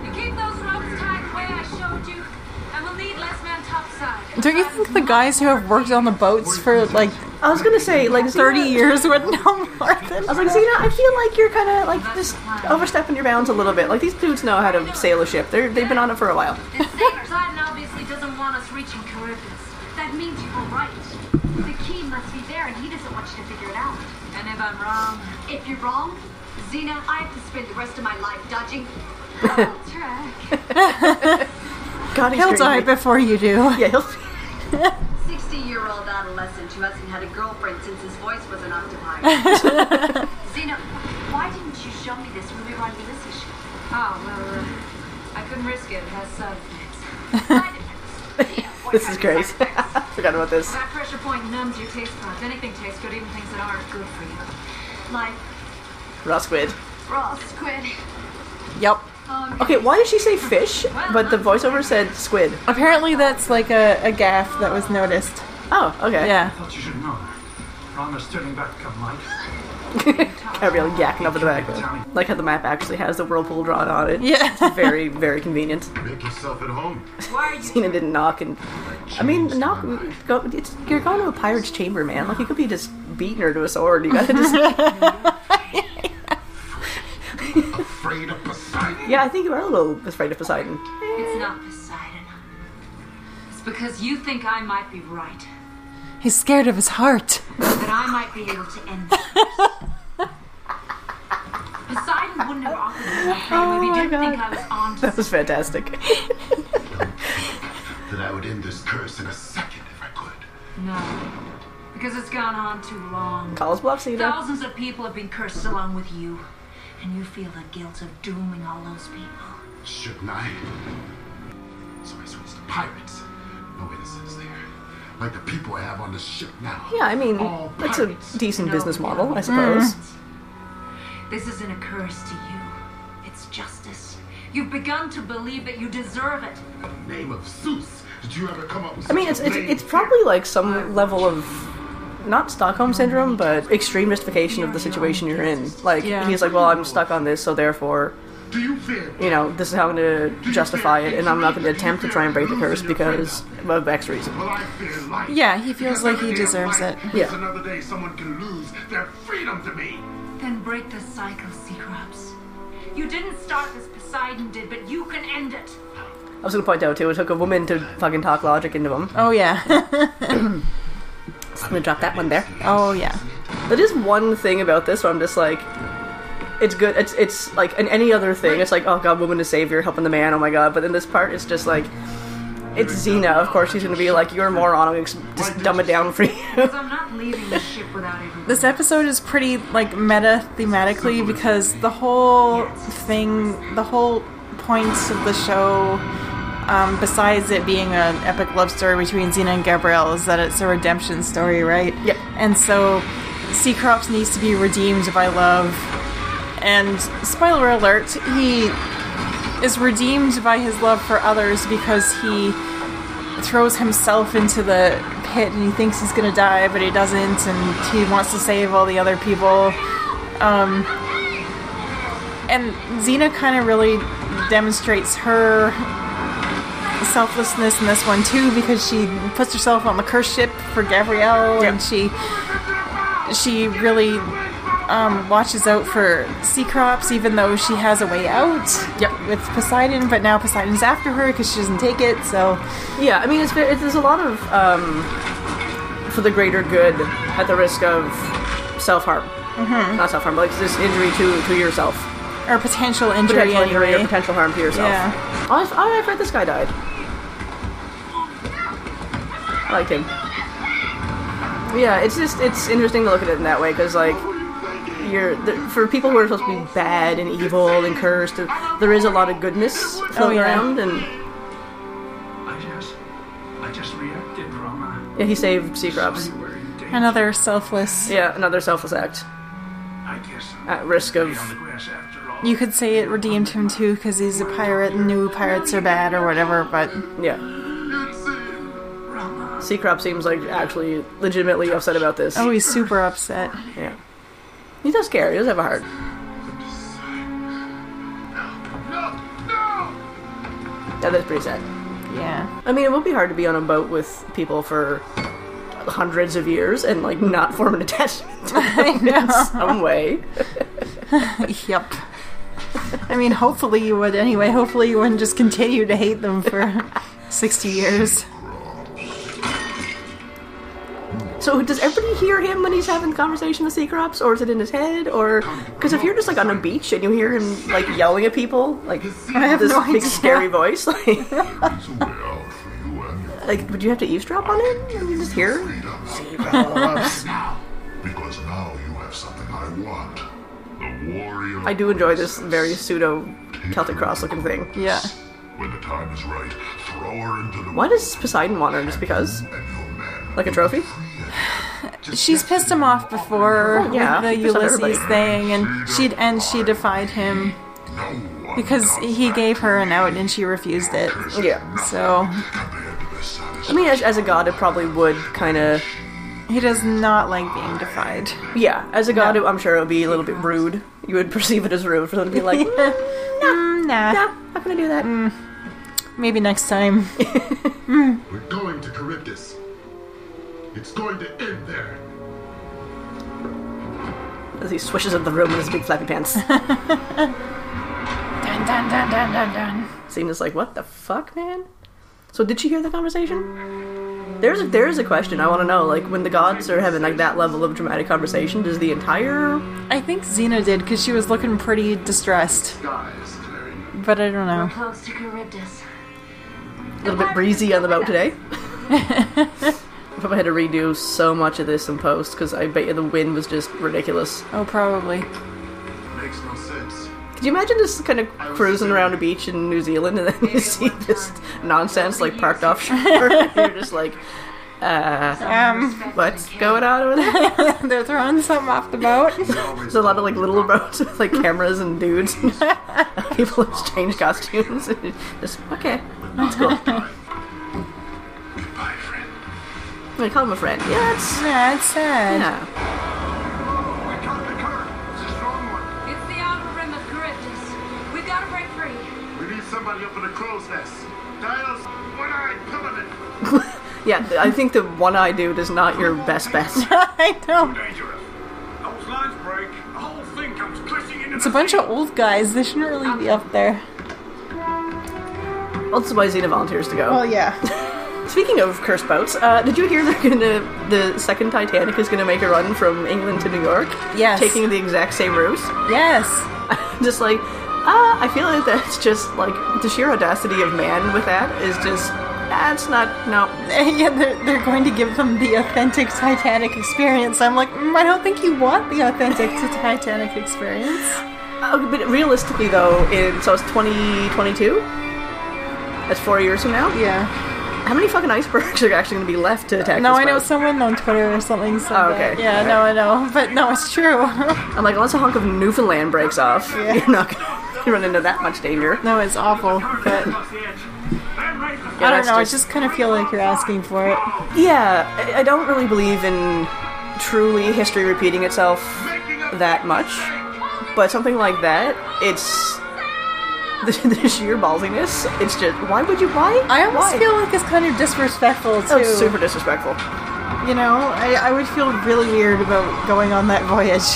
You keep those ropes tied the way I showed you, and we'll need less man topside.
Don't you think the guys who have worked on the boats for like
I was gonna say, like,
30
Xena-
years would know more than?
I was like, Xena, I feel like you're kind of like just overstepping your bounds a little bit. Like these dudes know how to sail a ship. They're they've been on it for a while.
This thing Poseidon obviously doesn't want us reaching Charybdis. That means you were right. The key must be there, and he doesn't want you to figure it out. And if I'm wrong,
If you're wrong, Xena, I have to spend the rest of my life dodging.
Trek,
God, he's
He'll
crazy.
die before you do.
Yeah, he'll.
60 year old adolescent who hasn't had a girlfriend since his voice was an octopi.
Zena, why didn't you show me this when we were on Ulysses? ship? Oh
Ah,
well, uh, I couldn't risk it. It has side effects. Side effects. Yeah, what
This is
kind of
great.
side effects?
Forgot about this.
That pressure point numbs your taste buds. Anything tastes good, even things that aren't good for you. Like
Raw squid.
raw squid.
Yep.
Um,
Okay, why did she say fish? But the voiceover said squid.
Apparently, that's like a, a gaff that was noticed.
Oh, okay.
Yeah.
I thought you should know that. Rhonda's turning back on life.
I really yakking up in the background. Like how the map actually has the whirlpool drawn on it.
Yeah.
It's very, very convenient.
Make yourself at home.
why are you?
Tina didn't knock, and I mean, knock. Go, it's, you're going to a pirate's chamber, man. Like you could be just beating her to a sword. You gotta just.
Afraid of Poseidon.
yeah, I think you are a little afraid of Poseidon.
it's not Poseidon. It's because you think I might be right,
He's scared of his heart.
that I might be able to end this. Poseidon wouldn't have offered me my freedom if he didn't think I was on to
That was fantastic.
That I would end this curse in a second if I could.
No. Because it's gone on too long.
Calls bluff, Cena.
Thousands of people have been cursed along with you. And you feel the guilt of dooming all those people.
Shouldn't I? So I switched to pirates. No innocence there. Like the people I have on the ship now.
Yeah, I mean,
All
that's a
pirates.
decent
No,
business
no.
model, I suppose.
This isn't a curse to you. It's justice. You've begun to believe that you deserve it.
In the name of Zeus, did you ever come up with
I mean,
such
it's
a
it's,
name?
it's probably like some level of not Stockholm syndrome, but extreme mystification of the situation you're in. Like
Yeah.
he's like, well, I'm stuck on this, so therefore
Do you fear?
you know, this is how I'm going to justify it, and I'm not going to attempt to try and break the curse because of X reason.
Well, I fear life.
Yeah, he feels
Because
like
every
he
day of
deserves
life
it.
is
Yeah.
another day someone can lose their freedom to me.
Then break the cycle, Seacrops. You didn't start this, Poseidon did, but you can end it.
I was going to point out, too, it took a woman to fucking talk logic into him.
Oh yeah.
I'm going to drop that one there.
oh yeah.
That is one thing about this where I'm just like, it's good. It's it's like in any other thing, it's like oh god, woman is savior, helping the man. Oh my god. But in this part, it's just like, it's Xena. Of course, she's gonna be like, you're a moron. I'm gonna just- just dumb it down for you.
Because I'm not leaving the ship without everyone.
This episode is pretty like meta thematically because the whole thing, the whole points of the show, um, besides it being an epic love story between Xena and Gabrielle, is that it's a redemption story, right?
Yep.
And so, Seacrops needs to be redeemed by love, and spoiler alert, he is redeemed by his love for others because he throws himself into the pit and he thinks he's gonna die, but he doesn't, and he wants to save all the other people. Um, and Xena kind of really demonstrates her selflessness in this one too, because she puts herself on the curse ship for Gabrielle, and she she really um, watches out for sea crops, even though she has a way out
Yep.
with Poseidon. But now Poseidon's after her because she doesn't take it, so.
yeah, I mean, it's, it's there's a lot of um, for the greater good at the risk of self harm. Mm-hmm. Not self harm, but like just injury to to yourself,
or potential injury
potential
anyway.
injury or potential harm to yourself.
Yeah.
Oh, I've, oh, I've read this guy died. I liked him. Yeah, it's just it's interesting to look at it in that way because like you're the, for people who are supposed to be bad and evil and cursed, there- there is a lot of goodness floating
Oh, yeah.
around, and
I just, I just reacted wrong.
yeah, he saved Sea
I
Crops.
saw you were in danger.
Another selfless.
Yeah, another selfless act
I guess I'll
at risk of
be on the grass after all.
Uh, You could say it redeemed him too because he's a pirate and new pirates are bad or whatever, but
yeah.
It's in.
Rama,
Sea Crop seems like actually legitimately upset about this.
oh, he's super upset.
yeah. He does care. He does have a heart.
No, no!
Yeah, that's pretty sad.
Yeah.
I mean, it would be hard to be on a boat with people for hundreds of years and like not form an attachment to them in some way.
Yep. I mean, hopefully you would anyway. Hopefully you wouldn't just continue to hate them for 60 years.
So, does everybody hear him when he's having conversation with Seacrops, or is it in his head, or because if you're just like on a beach and you hear him like yelling at people, like
I have
this
no
big
idea.
scary voice, like,
It's a way out for you and your
like would you have to eavesdrop on him? And you just hear?
freedom. Because now you have something I want. The warrior.
I do enjoy this very pseudo Celtic cross looking thing.
Yeah.
When the time is right, throw her into the.
Why does Poseidon want her just because?
And your man.
Like a trophy?
She's pissed him off before
Oh, yeah,
with the
she pissed off
Ulysses
everybody.
thing, and she and she defied him
No one
because
does
he
that
gave her an out and she refused it.
Yeah.
So
compared to the
I mean, as, as a god, it probably would kind of.
he does not like being defied.
Yeah, as a god, I'm sure it would be a little bit rude. You would perceive it as rude for them to be like, "Mm,
Mm, nah.
nah, not gonna do that.
Mm. Maybe next time.
We're going to Charybdis. It's going to end there.
As he swishes at the room in his big flappy pants.
Dun dun dun dun dun dun.
Cena's like, what the fuck, man? So did she hear the conversation? There's a, there's a question I want to know. Like, when the gods are having like that level of dramatic conversation, does the entire
I think Xena did because she was looking pretty distressed,
Sky is clearing.
but I don't know.
Close to Charybdis.
little bit breezy on the boat today? I probably had to redo so much of this in post because I bet you the wind was just ridiculous.
Oh, probably.
Makes no sense.
Could you imagine just kind of cruising around a beach in New Zealand and then you see this nonsense like parked offshore? You're just like,
Um,
what's going on over there?
they're throwing something off the boat.
There's a lot of like little boats with like cameras and dudes. And people exchange costumes. And just okay, that's cool. I'm
Goodbye, friend.
gonna call him a friend. Yeah, it's
yeah, it's sad.
yeah.
I got the curve. It's a strong one.
It's the outer rim of Charybdis. We've got to
Devil's Nest. Dial's one-eyed pilliman.
Yeah, th- I think the one I dude is not your best bet.
I know.
Dangerous. Those lines break. The whole thing comes crashing into
It's a bunch of old guys. They shouldn't really be up there.
Well, this is why Xena volunteers to go.
Well, yeah.
Speaking of cursed boats, uh, did you hear they're gonna the second Titanic is gonna make a run from England to New York?
Yes.
taking the exact same route.
Yes.
just like, ah, I feel like that's just like the sheer audacity of man with that is just that's not no.
yeah, they're, they're going to give them the authentic Titanic experience. I'm like, mm, I don't think you want the authentic Titanic experience.
Uh, but realistically though, in so it's 2022. That's four years from now.
Yeah.
How many fucking icebergs are actually gonna be left to attack?
No,
this
I know
boat?
someone on Twitter or something said
Oh,
that.
okay.
Yeah, no, I know. But no, it's true.
I'm like, unless a hunk of Newfoundland breaks off,
Yeah.
you're not gonna run into that much danger.
no, it's awful. But
Across the edge. Then raise the
I don't
that's
know. I
just-
just kind of feel like you're asking for it.
Yeah, I, I don't really believe in truly history repeating itself that much, but something like that, it's the, the sheer ballsiness. It's just why would you why?
I almost
why?
feel like it's kind of disrespectful, too.
Oh, it's super disrespectful.
You know, I, I would feel really weird about going on that voyage.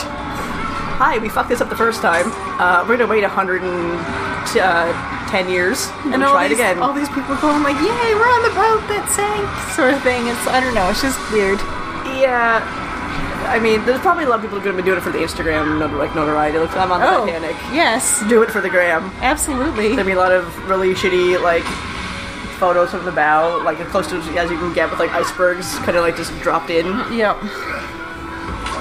Hi, we fucked this up the first time. Uh, we're gonna wait 110 uh, 10 years and,
and all
try it
these, oh,
again.
All these people going like, "Yay, we're on the boat that sank," sort of thing. It's I don't know. It's just weird.
Yeah. I mean, there's probably a lot of people who are gonna be doing it for the Instagram not- like notoriety. Like, I'm on
Oh.
the Titanic.
yes,
Do it for the gram.
absolutely.
There'd be a lot of really shitty like photos from the bow, like as close to as you can get with like icebergs, kind of like just dropped in.
Yep.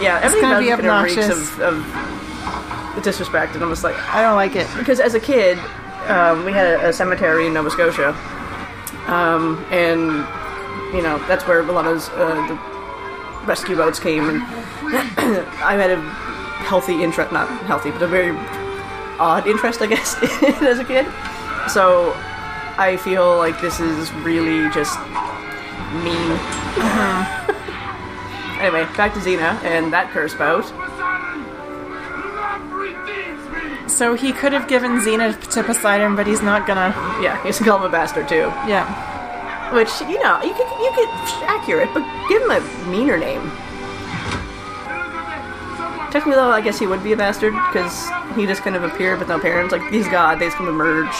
Yeah, everything
gonna
about
be
it kinda reeks
obnoxious.
of, of disrespect, and I'm just like,
I don't like it.
because as a kid, um, we had a cemetery in Nova Scotia, um, and you know that's where a lot of uh, the rescue boats came, and I had a healthy interest, not healthy, but a very odd interest, I guess, as a kid. So I feel like this is really just mean. anyway, back to Xena and that curse boat.
So he could have given Xena to Poseidon, but he's not gonna.
Yeah, he's called him a bastard too.
Yeah.
Which you know, you could you could accurate, but give him a meaner name. Technically, though, I guess he would be a bastard because he just kind of appeared with no parents. Like he's God, they just kind of merge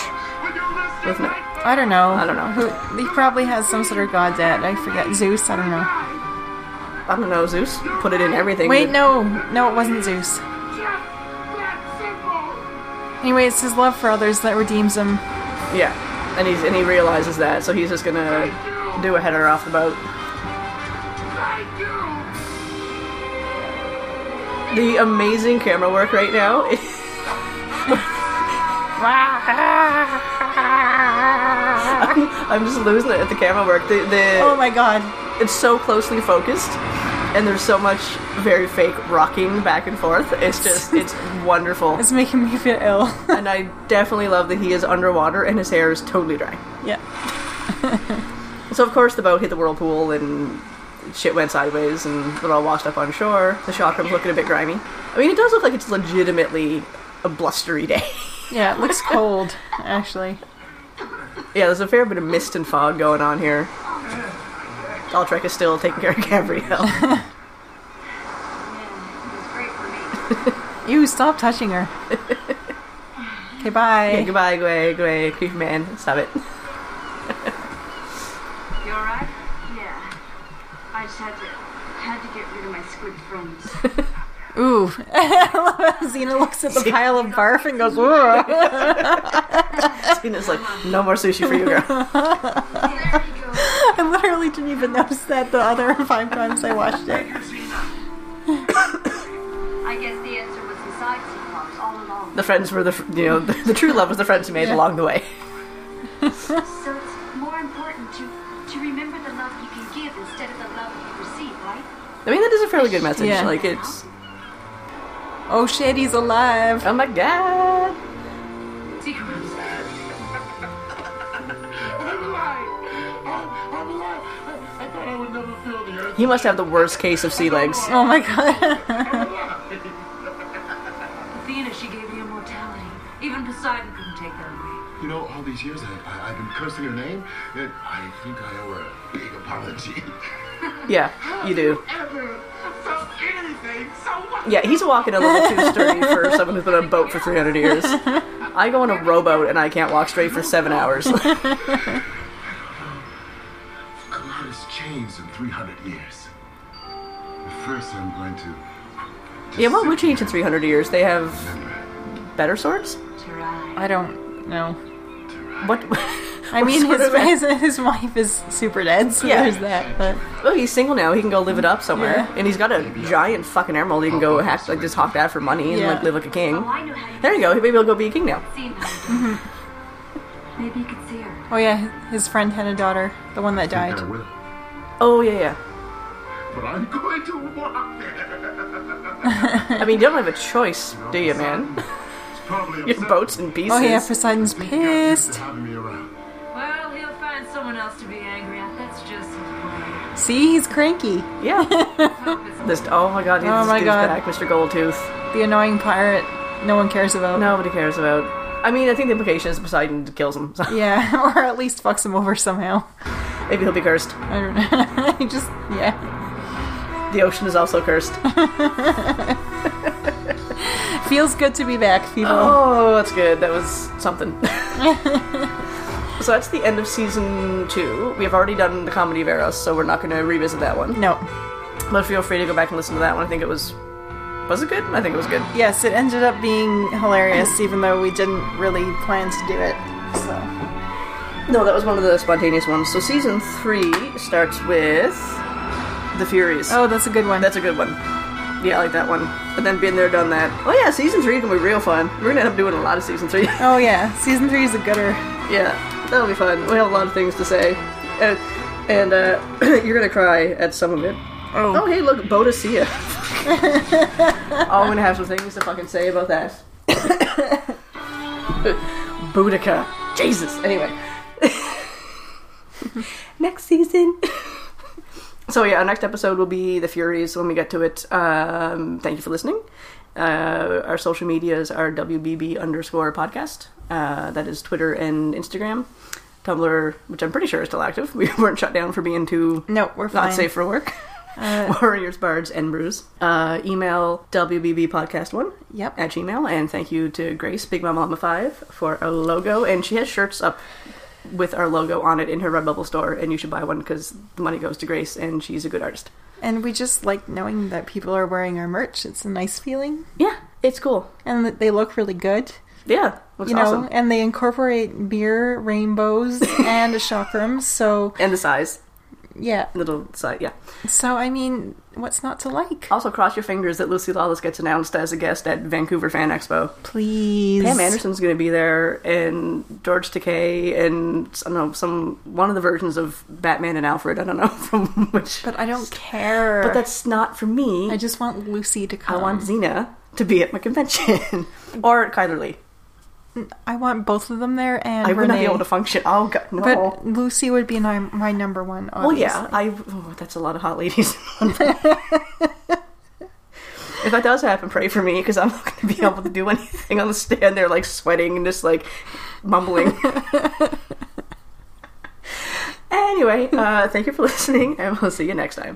with no.
I don't know. I
don't know.
Who, he probably has some sort of god dad. I forget. Zeus. I don't know.
I don't know, Zeus put it in everything.
Wait, no, no, it wasn't Zeus. Anyway, it's his love for others that redeems him.
Yeah, and he's and he realizes that, so he's just gonna do a header off the boat. The amazing camera work right now. I'm, I'm just losing it at the camera work. The, the
Oh my god.
it's so closely focused and there's so much very fake rocking back and forth it's just it's wonderful
It's making me feel ill.
and i definitely love that he is underwater and his hair is totally dry
yeah.
so of course the boat hit the whirlpool and shit went sideways and it all washed up on shore the shockroom's looking a bit grimy i mean it does look like it's legitimately a blustery day
Yeah, it looks cold, actually.
yeah there's a fair bit of mist and fog going on here Altrek is still taking care of Gabrielle.
It was great for me.
You stop touching her. Okay, bye.
Okay, goodbye, Gway, Gway, creep man. Stop it.
You alright?
Yeah. I just had to had to get rid of my squid friends.
Ooh. Xena looks at the pile of barf and goes, Whoa.
Tina's like, no more sushi for you, girl.
There you go.
I literally didn't even notice that the other five times I watched it.
I guess the answer was inside Cyclops all along.
The friends were the, fr- you know, the, the true love was the friends you made along the way.
So it's more important to to remember the love you can give instead of the love you receive, right?
I mean, that is a fairly good message.
Yeah.
Like, it's,
Oh shit, he's alive.
oh my god.
Cyclops.
I'm alive. Oh, I'm alive. I, I thought I would never feel the earth.
He must have the worst case of sea legs.
Oh my god.
I'm alive.
Athena, she gave me immortality. Even Poseidon couldn't take that away.
You know, all these years I, I, I've been cursing her name, and I think I owe her a big apology.
Yeah, you do.
Ever felt anything so much.
Yeah, he's walking a little too sturdy for someone who's been on a boat for 300 years. I go on a rowboat and I can't walk straight for seven hours.
A lot has changed in 300 years. But first, I'm going to. just
yeah, what
sit
would change in
here
300 years? They have
and remember
better swords?
Jirai.
I don't know.
to ride.
What?
I mean,
sort
his,
of-
his, his wife is super dead, so
Yeah.
there's that. But
Oh, he's single now. He can go live it up somewhere,
Yeah.
and he's got a giant fucking emerald. He can go hack, like just hawk that for money and
Yeah.
like live like a king.
Oh, I know how you
There you go. Maybe he'll go be a king now.
see now. Maybe you could see her.
oh yeah, his friend had a daughter, the one that
I
died.
think I will.
Oh yeah, yeah.
But I'm going to walk there.
I mean, you don't have a choice, do you, man?
It's probably
Your
upset
boat's in pieces.
Oh yeah, Poseidon's
that he got used
pissed.
to having me around.
Well, he'll find someone else to be angry at. That's just his way.
See, he's cranky.
Yeah.
Hope it's-
This. Oh my god. He's
Oh
this
my
dude's
God.
back, Mr. Goldtooth.
The annoying pirate no one cares about.
Nobody cares about. I mean, I think the implication is Poseidon kills him. So
Yeah, or at least fucks him over somehow.
maybe he'll be cursed.
I don't know. he just, yeah.
The ocean is also cursed.
Feels good to be back, people.
Oh, that's good. That was something. so that's the end of season two. We have already done the comedy of Eros, so we're not going to revisit that one.
No.
But feel free to go back and listen to that one. I think it was was it good? I think it was good.
Yes, it ended up being hilarious, even though we didn't really plan to do it. So,
No, that was one of the spontaneous ones. So season three starts with the Furies.
oh, that's a good one.
That's a good one. Yeah, I like that one. And then been there, done that. Oh yeah, season three can be real fun. We're gonna end up doing a lot of season three.
oh yeah, season three is a gooder.
Yeah, that'll be fun. We have a lot of things to say, and, and uh, you're gonna cry at some of it. Oh, hey, look, Bodicea. oh, I'm gonna have some things to fucking say about that. Boudica. Jesus. Anyway, next season. so yeah, our next episode will be the Furies when we get to it. Um, thank you for listening. Uh, our social medias are WBB underscore podcast. Uh, that is Twitter and Instagram. Tumblr, which I'm pretty sure is still active. We weren't shut down for being too
No, we're fine. Uh,
not safe for work. Warriors, Bards, and Brews. Uh, email WBBpodcast1
Yep.
at Gmail. And thank you to Grace, Big Mama Mama 5, for our logo. And she has shirts up with our logo on it in her Redbubble store. And you should buy one because the money goes to Grace and she's a good artist.
And we just like knowing that people are wearing our merch. It's a nice feeling,
Yeah, it's cool.
and that they look really good.
Yeah, looks
you know,
awesome.
and they incorporate beer, rainbows, and a chakram. So
And the size.
yeah,
Little side, yeah.
so I mean, what's not to like?
Also, cross your fingers that Lucy Lawless gets announced as a guest at Vancouver Fan Expo.
Please,
Pam Anderson's going to be there, and George Takei, and I don't know some one of the versions of Batman and Alfred. I don't know from which,
But I don't care.
but that's not for me.
I just want Lucy to
I
come.
want Xena to be at my convention or Kyler Lee.
I want both of them there, and
I would not be
Renee.
able to function. Oh God, no.
But Lucy would be my, my number one.
well,
Obviously.
yeah, I. oh, that's a lot of hot ladies. If that does happen, pray for me because I'm not going to be able to do anything on the stand there, like sweating and just like mumbling. anyway, uh, thank you for listening, and we'll see you next time.